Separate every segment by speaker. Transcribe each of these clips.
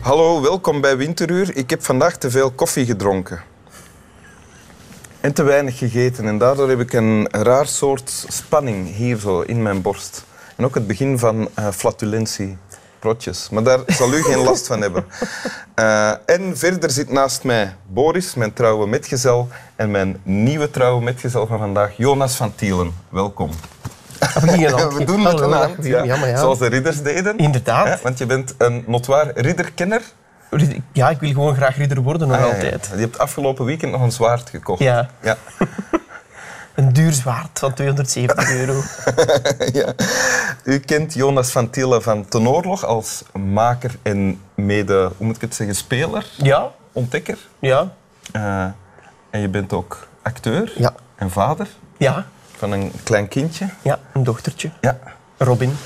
Speaker 1: Hallo, welkom bij Winteruur. Ik heb vandaag te veel koffie gedronken. En te weinig gegeten. En daardoor heb ik een raar soort spanning hier zo in mijn borst. En ook het begin van eh, flatulentie. Rotjes. Maar daar zal u geen last van hebben. Eh, en verder zit naast mij Boris, mijn trouwe metgezel. En mijn nieuwe trouwe metgezel van vandaag, Jonas van Tielen. Welkom. We doen het vandaag.
Speaker 2: Ja, maar ja.
Speaker 1: Zoals de ridders deden.
Speaker 2: Inderdaad.
Speaker 1: Hè, Want je bent een notwaar ridderkenner.
Speaker 2: Ja, ik wil gewoon graag ridder worden nog
Speaker 1: Ah, ja, ja.
Speaker 2: altijd.
Speaker 1: Je hebt afgelopen weekend nog een zwaard gekocht.
Speaker 2: Ja.
Speaker 1: Ja.
Speaker 2: Een duur zwaard van 270 euro.
Speaker 1: Ja. U kent Jonas van Tielen van Tenoorlog als maker en mede, hoe moet ik het zeggen, speler,
Speaker 2: Ja,
Speaker 1: ontdekker.
Speaker 2: ja,
Speaker 1: Eh, en je bent ook acteur
Speaker 2: Ja.
Speaker 1: en vader
Speaker 2: ja,
Speaker 1: van een klein kindje.
Speaker 2: ja, een dochtertje.
Speaker 1: Ja.
Speaker 2: Robin.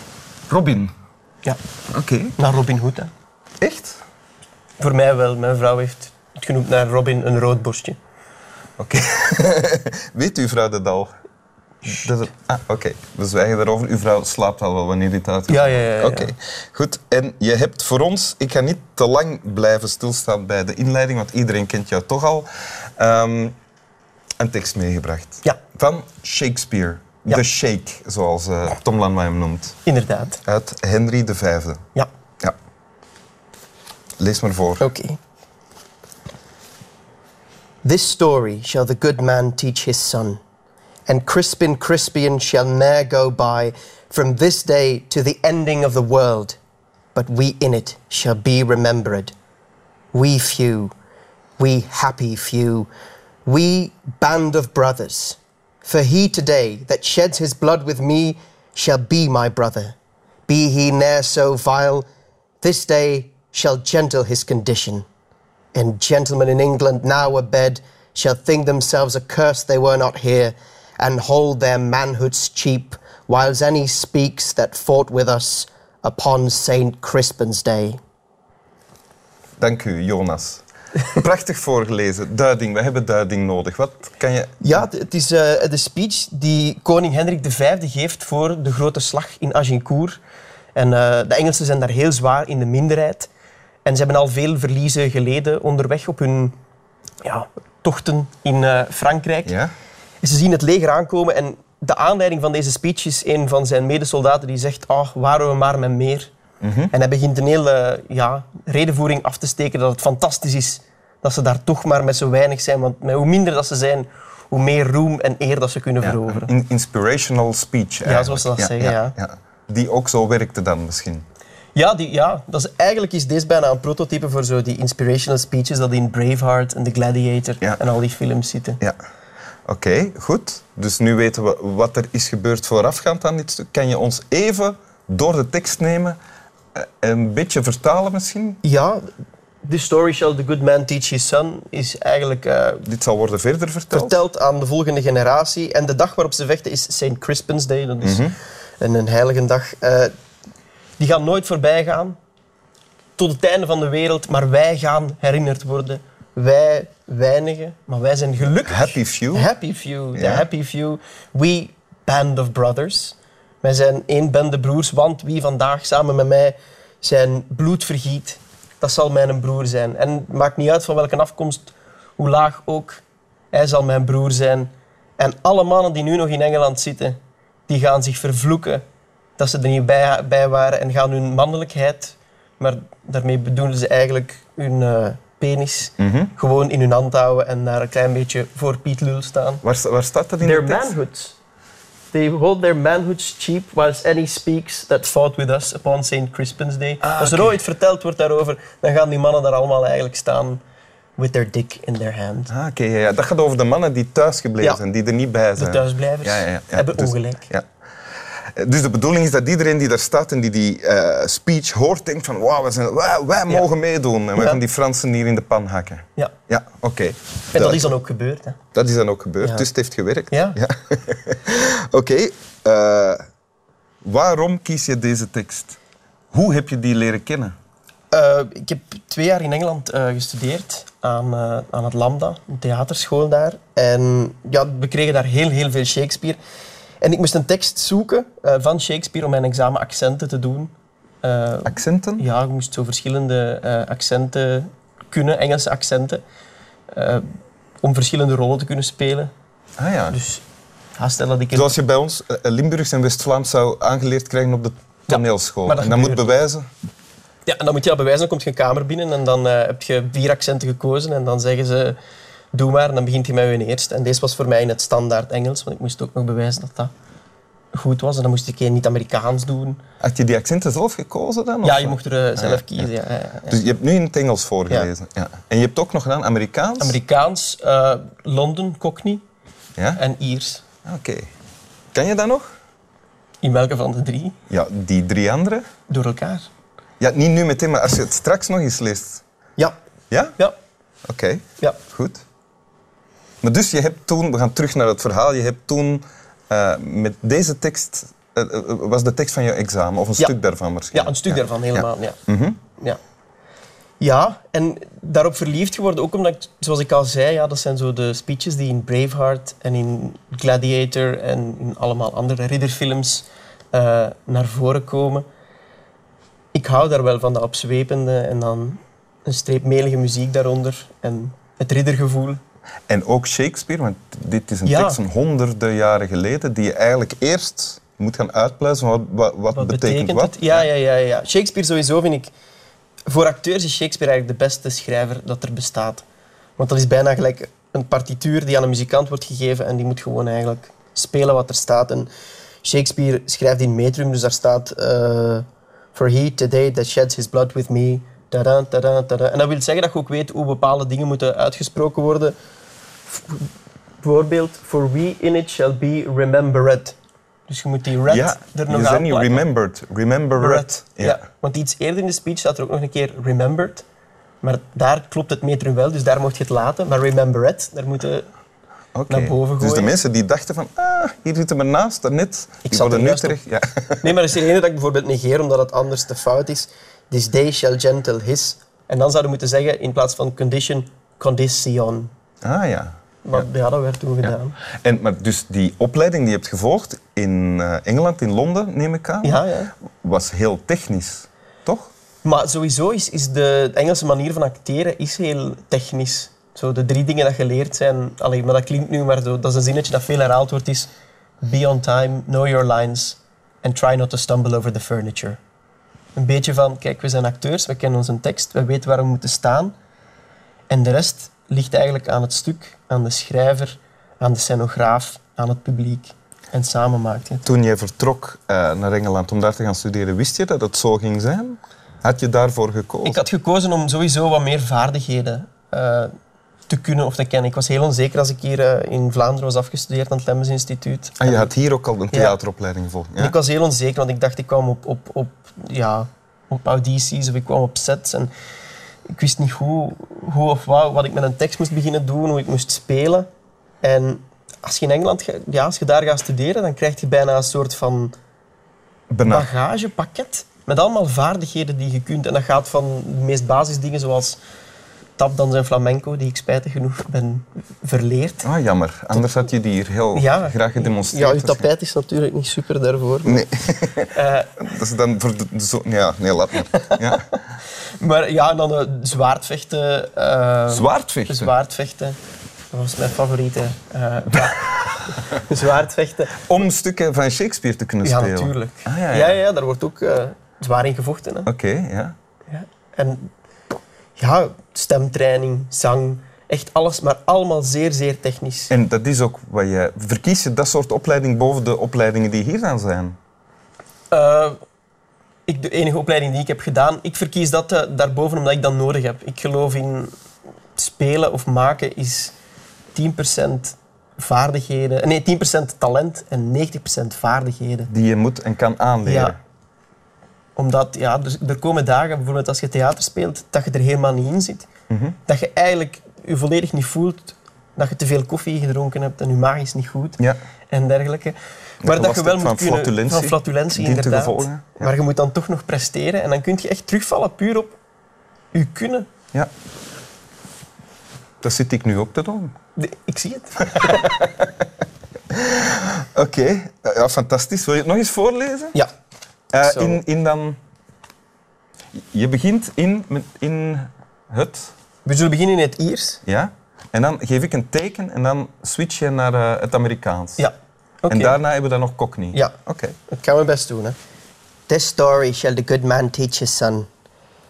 Speaker 1: Robin.
Speaker 2: Ja,
Speaker 1: Oké.
Speaker 2: naar Robin Hood. Hè.
Speaker 1: Echt?
Speaker 2: Voor mij wel. Mijn vrouw heeft het genoemd naar Robin een roodborstje.
Speaker 1: Oké. Weet uw vrouw dat al? Dat het- ah, oké. We zwijgen daarover. Uw vrouw slaapt al wel wanneer dit uit.
Speaker 2: Ja, ja, ja, ja.
Speaker 1: Oké. Goed. En je hebt voor ons... Ik ga niet te lang blijven stilstaan bij de inleiding, want iedereen kent jou toch al. ehm, een tekst meegebracht.
Speaker 2: Ja,
Speaker 1: Van Shakespeare.
Speaker 2: Ja.
Speaker 1: The Shake, zoals eh, Tom Lanwij hem noemt.
Speaker 2: inderdaad.
Speaker 1: Uit Henry V.
Speaker 2: Ja,
Speaker 1: Ja. Lees maar voor.
Speaker 2: oké. This story shall the good man teach his son. And Crispin Crispian shall ne'er go by from this day to the ending of the world. But we in it shall be remembered. We few, we happy few, we band of brothers. For he today that sheds his blood with me shall be my brother. Be he ne'er so vile, this day shall gentle his condition. And gentlemen in England now abed shall think themselves accursed they were not here, and hold their manhoods cheap, whiles any speaks that fought with us upon Saint Crispin's day.
Speaker 1: Dank u, Jonas. Prachtig voorgelezen. Duiding. We hebben duiding nodig. Wat kan je...
Speaker 2: Ja, d- het is eh, de speech die koning Hendrik V geeft voor de grote slag in Agincourt. En eh, de Engelsen zijn daar heel zwaar in de minderheid. En ze hebben al veel verliezen geleden onderweg op hun ja, tochten in eh, Frankrijk.
Speaker 1: Ja?
Speaker 2: Ze zien het leger aankomen en de aanleiding van deze speech is een van zijn medesoldaten die zegt, oh, waren we maar met meer. En hij begint een hele ja, redenvoering af te steken dat het fantastisch is dat ze daar toch maar met zo weinig zijn. Want met hoe minder dat ze zijn, hoe meer roem en eer dat ze kunnen veroveren.
Speaker 1: Een inspirational speech.
Speaker 2: Ja, zoals ze
Speaker 1: eigenlijk.
Speaker 2: dat zeggen,
Speaker 1: Die ook zo werkte dan misschien.
Speaker 2: Ja, die, ja dat is, eigenlijk is deze bijna een prototype voor zo die inspirational speeches dat in Braveheart en The Gladiator
Speaker 1: Ja.
Speaker 2: en al die films zitten.
Speaker 1: Ja. Oké, goed. Dus nu weten we wat er is gebeurd voorafgaand aan dit stuk. Kan je ons even door de tekst nemen, eh, een beetje vertalen misschien?
Speaker 2: Ja, The Story Shall the Good Man Teach His Son is eigenlijk... eh,
Speaker 1: Dit zal worden verder verteld.
Speaker 2: verteld aan de volgende generatie. En de dag waarop ze vechten is St. Crispin's Day. Dat is een, een heilige dag. Eh, die gaan nooit voorbij gaan. Tot het einde van de wereld. Maar wij gaan herinnerd worden. Wij weinigen. Maar wij zijn gelukkig.
Speaker 1: Happy Few.
Speaker 2: Happy few. The
Speaker 1: Ja.
Speaker 2: happy few. We band of brothers. Wij zijn één bende broers. Want wie vandaag samen met mij zijn bloed vergiet... Dat zal mijn broer zijn. En het maakt niet uit van welke afkomst, hoe laag ook. Hij zal mijn broer zijn. En alle mannen die nu nog in Engeland zitten, die gaan zich vervloeken dat ze er niet bij, bij waren en gaan hun mannelijkheid, maar daarmee bedoelen ze eigenlijk hun eh, penis,
Speaker 1: Mhm.
Speaker 2: gewoon in hun hand houden en daar een klein beetje voor Piet Lul staan.
Speaker 1: waar, sta- waar staat dat in
Speaker 2: Their
Speaker 1: de tekst?
Speaker 2: manhoods. They hold their manhoods cheap whilst any speaks that fought with us upon St. Crispin's Day. Als er ooit verteld wordt daarover, dan gaan die mannen daar allemaal eigenlijk staan with their dick in their hand.
Speaker 1: Ah, oké. ja, ja. Dat gaat over de mannen die thuis gebleven
Speaker 2: Ja.
Speaker 1: zijn, die er niet bij
Speaker 2: De
Speaker 1: zijn.
Speaker 2: thuisblijvers hebben
Speaker 1: dus-
Speaker 2: ongelijk.
Speaker 1: Ja. Eh, Dus de bedoeling is dat iedereen die daar staat en die die eh, speech hoort, denkt van wauw, wij, zijn, wij, wij mogen meedoen en wij
Speaker 2: Ja.
Speaker 1: gaan die Fransen hier in de pan hakken.
Speaker 2: Ja.
Speaker 1: Ja, oké.
Speaker 2: En dat
Speaker 1: Duidelijk.
Speaker 2: is dan ook gebeurd. Hè.
Speaker 1: Dat is dan ook gebeurd,
Speaker 2: Ja.
Speaker 1: dus het heeft gewerkt.
Speaker 2: Ja.
Speaker 1: Oké, eh, waarom kies je deze tekst? Hoe heb je die leren kennen?
Speaker 2: Eh, ik heb twee jaar in Engeland eh, gestudeerd aan, eh, aan het Lambda, een theaterschool daar. En ja, we kregen daar heel, heel veel Shakespeare. En ik moest een tekst zoeken eh, van Shakespeare om mijn examen accenten te doen. eh,
Speaker 1: Accenten?
Speaker 2: ja, je moest zo verschillende eh, accenten kunnen, Engelse accenten, eh, om verschillende rollen te kunnen spelen.
Speaker 1: Ah ja.
Speaker 2: Dus ga stel dat ik... in-
Speaker 1: Zoals je bij ons eh, Limburgs en West-Vlaams zou aangeleerd krijgen op de toneelschool.
Speaker 2: maar dat
Speaker 1: en dat moet
Speaker 2: gebeurt
Speaker 1: bewijzen.
Speaker 2: Ja, en dan moet je dat bewijzen. Dan komt je een kamer binnen en dan eh, heb je vier accenten gekozen. En dan zeggen ze, doe maar. En dan begint hij met hun eerste. En deze was voor mij in het standaard Engels. Want ik moest ook nog bewijzen dat dat goed was. En dan moest ik een niet-Amerikaans doen.
Speaker 1: Had je die accenten zelf gekozen dan?
Speaker 2: Ja,
Speaker 1: of
Speaker 2: je
Speaker 1: wat?
Speaker 2: mocht er eh, zelf
Speaker 1: Oh, ja, ja.
Speaker 2: kiezen. Ja, ja, ja.
Speaker 1: Dus je hebt nu in het Engels voorgelezen. Ja. En je hebt ook nog gedaan Amerikaans?
Speaker 2: Amerikaans, eh, Londen, Cockney
Speaker 1: ja?
Speaker 2: en Iers.
Speaker 1: Ah, Oké. Kan je dat nog?
Speaker 2: In welke van de drie?
Speaker 1: Ja, die drie andere?
Speaker 2: Door elkaar.
Speaker 1: Ja, niet nu meteen, maar als je het straks nog eens leest.
Speaker 2: Ja,
Speaker 1: Ja?
Speaker 2: ja,
Speaker 1: Oké,
Speaker 2: ja.
Speaker 1: goed. Maar dus je hebt toen, we gaan terug naar het verhaal, je hebt toen eh, met deze tekst, eh, eh, was de tekst van je examen, of een
Speaker 2: Ja.
Speaker 1: stuk daarvan
Speaker 2: Ja,
Speaker 1: waarschijnlijk.
Speaker 2: een stuk daarvan helemaal. Ja.
Speaker 1: Mhm.
Speaker 2: Ja. ja, en daarop verliefd geworden ook omdat, ik, zoals ik al zei, ja, dat zijn zo de speeches die in Braveheart en in Gladiator en in allemaal andere ridderfilms eh, naar voren komen. Ik hou daar wel van, dat opzwepende en dan een streep melige muziek daaronder en het riddergevoel.
Speaker 1: En ook Shakespeare, want dit is een
Speaker 2: Ja.
Speaker 1: tekst van honderden jaren geleden, die je eigenlijk eerst moet gaan uitpluizen. Wat, wat, wat,
Speaker 2: Wat
Speaker 1: betekent, wat?
Speaker 2: het? Ja, ja, ja, ja. Shakespeare sowieso vind ik... Voor acteurs is Shakespeare eigenlijk de beste schrijver dat er bestaat. Want dat is bijna gelijk een partituur die aan een muzikant wordt gegeven en die moet gewoon eigenlijk spelen wat er staat. En Shakespeare schrijft in metrum, dus daar staat... eh, For he today that sheds his blood with me... Tada, tada, tada. En dat wil zeggen dat je ook weet hoe bepaalde dingen moeten uitgesproken worden. V- Bijvoorbeeld, for we in it shall be remembered. Dus je moet die red
Speaker 1: ja,
Speaker 2: er nog
Speaker 1: je
Speaker 2: aan
Speaker 1: zei niet
Speaker 2: plakken.
Speaker 1: remembered, remembered.
Speaker 2: Remembered. Ja. want iets eerder in de speech staat er ook nog een keer remembered. Maar daar klopt het metrum wel, dus daar mocht je het laten. Maar remembered, daar moeten...
Speaker 1: Oké.
Speaker 2: Naar boven
Speaker 1: Dus de
Speaker 2: gooien.
Speaker 1: mensen die dachten van, ah, hier zitten we naast, daarnet.
Speaker 2: Ik
Speaker 1: die
Speaker 2: zat
Speaker 1: worden
Speaker 2: er
Speaker 1: nu
Speaker 2: juist op.
Speaker 1: terecht. Ja.
Speaker 2: Nee, maar er is er ene dat ik bijvoorbeeld negeer omdat het anders te fout is. This day shall gentle his. En dan zouden we moeten zeggen, in plaats van condition, condition.
Speaker 1: Ah ja.
Speaker 2: Maar ja, dat werd toen gedaan.
Speaker 1: En, maar dus die opleiding die je hebt gevolgd in eh, Engeland, in Londen, neem ik aan,
Speaker 2: Ja, ja.
Speaker 1: was heel technisch, toch?
Speaker 2: Maar sowieso is, is de Engelse manier van acteren is heel technisch. Zo, de drie dingen dat geleerd zijn, allee, maar dat klinkt nu maar zo, dat is een zinnetje dat veel herhaald wordt, is be on time, know your lines and try not to stumble over the furniture. Een beetje van, kijk, we zijn acteurs, we kennen onze tekst, we weten waar we moeten staan. En de rest ligt eigenlijk aan het stuk, aan de schrijver, aan de scenograaf, aan het publiek. En samen maakt je het.
Speaker 1: Toen jij vertrok eh, naar Engeland om daar te gaan studeren, wist je dat het zo ging zijn? Had je daarvoor gekozen?
Speaker 2: Ik had gekozen om sowieso wat meer vaardigheden eh, te kunnen of te kennen. Ik was heel onzeker als ik hier eh, in Vlaanderen was afgestudeerd aan het Lemmens Instituut.
Speaker 1: En Ah, je had hier ook al een theateropleiding gevolgd.
Speaker 2: En
Speaker 1: Ja.
Speaker 2: ik was heel onzeker, want ik dacht ik kwam op, op, op, ja, op audities of ik kwam op sets. En ik wist niet hoe, hoe of wou, wat ik met een tekst moest beginnen doen, hoe ik moest spelen. En als je in Engeland, ga- ja, als je daar gaat studeren, dan krijg je bijna een soort van
Speaker 1: Bijna.
Speaker 2: bagagepakket met allemaal vaardigheden die je kunt. En dat gaat van de meest basisdingen zoals tapdans en flamenco, die ik spijtig genoeg ben verleerd.
Speaker 1: Ah, jammer. Anders had je die hier heel
Speaker 2: Ja.
Speaker 1: Oh, graag
Speaker 2: Ja,
Speaker 1: gedemonstreerd.
Speaker 2: uw tapijt is natuurlijk niet super daarvoor.
Speaker 1: Nee,
Speaker 2: Eh,
Speaker 1: dat is dan voor de, de zo- Ja, nee, laat maar. Ja.
Speaker 2: maar ja, en dan eh, zwaardvechten. eh,
Speaker 1: Zwaardvechten?
Speaker 2: Zwaardvechten. Dat was mijn favoriete. eh, va- zwaardvechten.
Speaker 1: Om stukken van Shakespeare te kunnen
Speaker 2: Ja,
Speaker 1: spelen.
Speaker 2: natuurlijk.
Speaker 1: Ah, ja,
Speaker 2: ja,
Speaker 1: ja.
Speaker 2: ja. daar wordt ook eh, zwaar in gevochten. Hè.
Speaker 1: Oké, ja.
Speaker 2: Ja. En ja, stemtraining, zang, echt alles, maar allemaal zeer, zeer technisch.
Speaker 1: En dat is ook wat je... Verkies je dat soort opleiding boven de opleidingen die hier dan zijn?
Speaker 2: Eh, ik, de enige opleiding die ik heb gedaan, ik verkies dat eh, daarboven omdat ik dat nodig heb. Ik geloof in spelen of maken is 10% vaardigheden, nee, 10% talent en 90% vaardigheden.
Speaker 1: Die je moet en kan aanleren.
Speaker 2: Ja. Omdat ja, er, er komen dagen, bijvoorbeeld als je theater speelt, dat je er helemaal niet in zit.
Speaker 1: Mhm.
Speaker 2: Dat je eigenlijk je volledig niet voelt dat je te veel koffie gedronken hebt en je maag is niet goed.
Speaker 1: Ja.
Speaker 2: en dergelijke. Maar dat
Speaker 1: last
Speaker 2: je wel
Speaker 1: hebt
Speaker 2: moet
Speaker 1: van
Speaker 2: kunnen...
Speaker 1: flatulentie,
Speaker 2: Van flatulentie,
Speaker 1: dient te
Speaker 2: inderdaad.
Speaker 1: gevolgen, ja.
Speaker 2: Maar je moet dan toch nog presteren. En dan kun je echt terugvallen puur op je kunnen.
Speaker 1: ja. Dat zit ik nu ook te doen.
Speaker 2: De- ik zie het.
Speaker 1: eh, Oké, ja, fantastisch. Wil je het nog eens voorlezen?
Speaker 2: Ja.
Speaker 1: Eh,
Speaker 2: Zo.
Speaker 1: in, in dan je begint in, met, in het,
Speaker 3: We zullen beginnen in het Iers.
Speaker 1: ja? En dan geef ik een teken en dan switch je naar eh, het Amerikaans.
Speaker 3: Ja. Oké.
Speaker 1: En daarna hebben we dan nog Cockney.
Speaker 3: Ja.
Speaker 1: Oké.
Speaker 3: Ik kan mijn best doen, hè. This story shall the good man teach his son.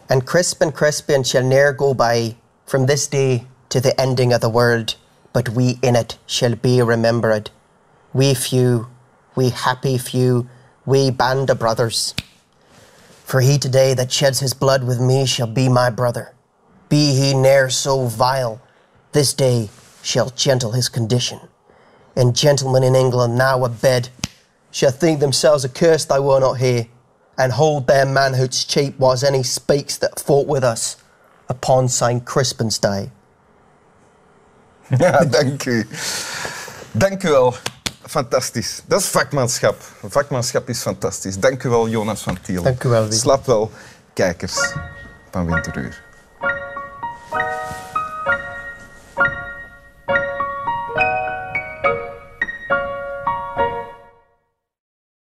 Speaker 3: And crisp and Crispin shall ne'er go by from this day to the ending of the world, but we in it shall be remembered. We few, we happy few, we band of brothers. For he today that sheds his blood with me shall be my brother. Be he ne'er so vile, this day shall gentle his condition. And gentlemen in England now abed shall think themselves accursed they were not here, and hold their manhood's cheap was any speaks that fought with us upon St. Crispin's Day.
Speaker 1: Ja, dank u. Dank u wel. Fantastisch. Dat is vakmanschap. Vakmanschap is fantastisch. Dank u wel, Jonas van Tiel.
Speaker 3: Dank u wel, Wim.
Speaker 1: Slap wel, kijkers van Winteruur.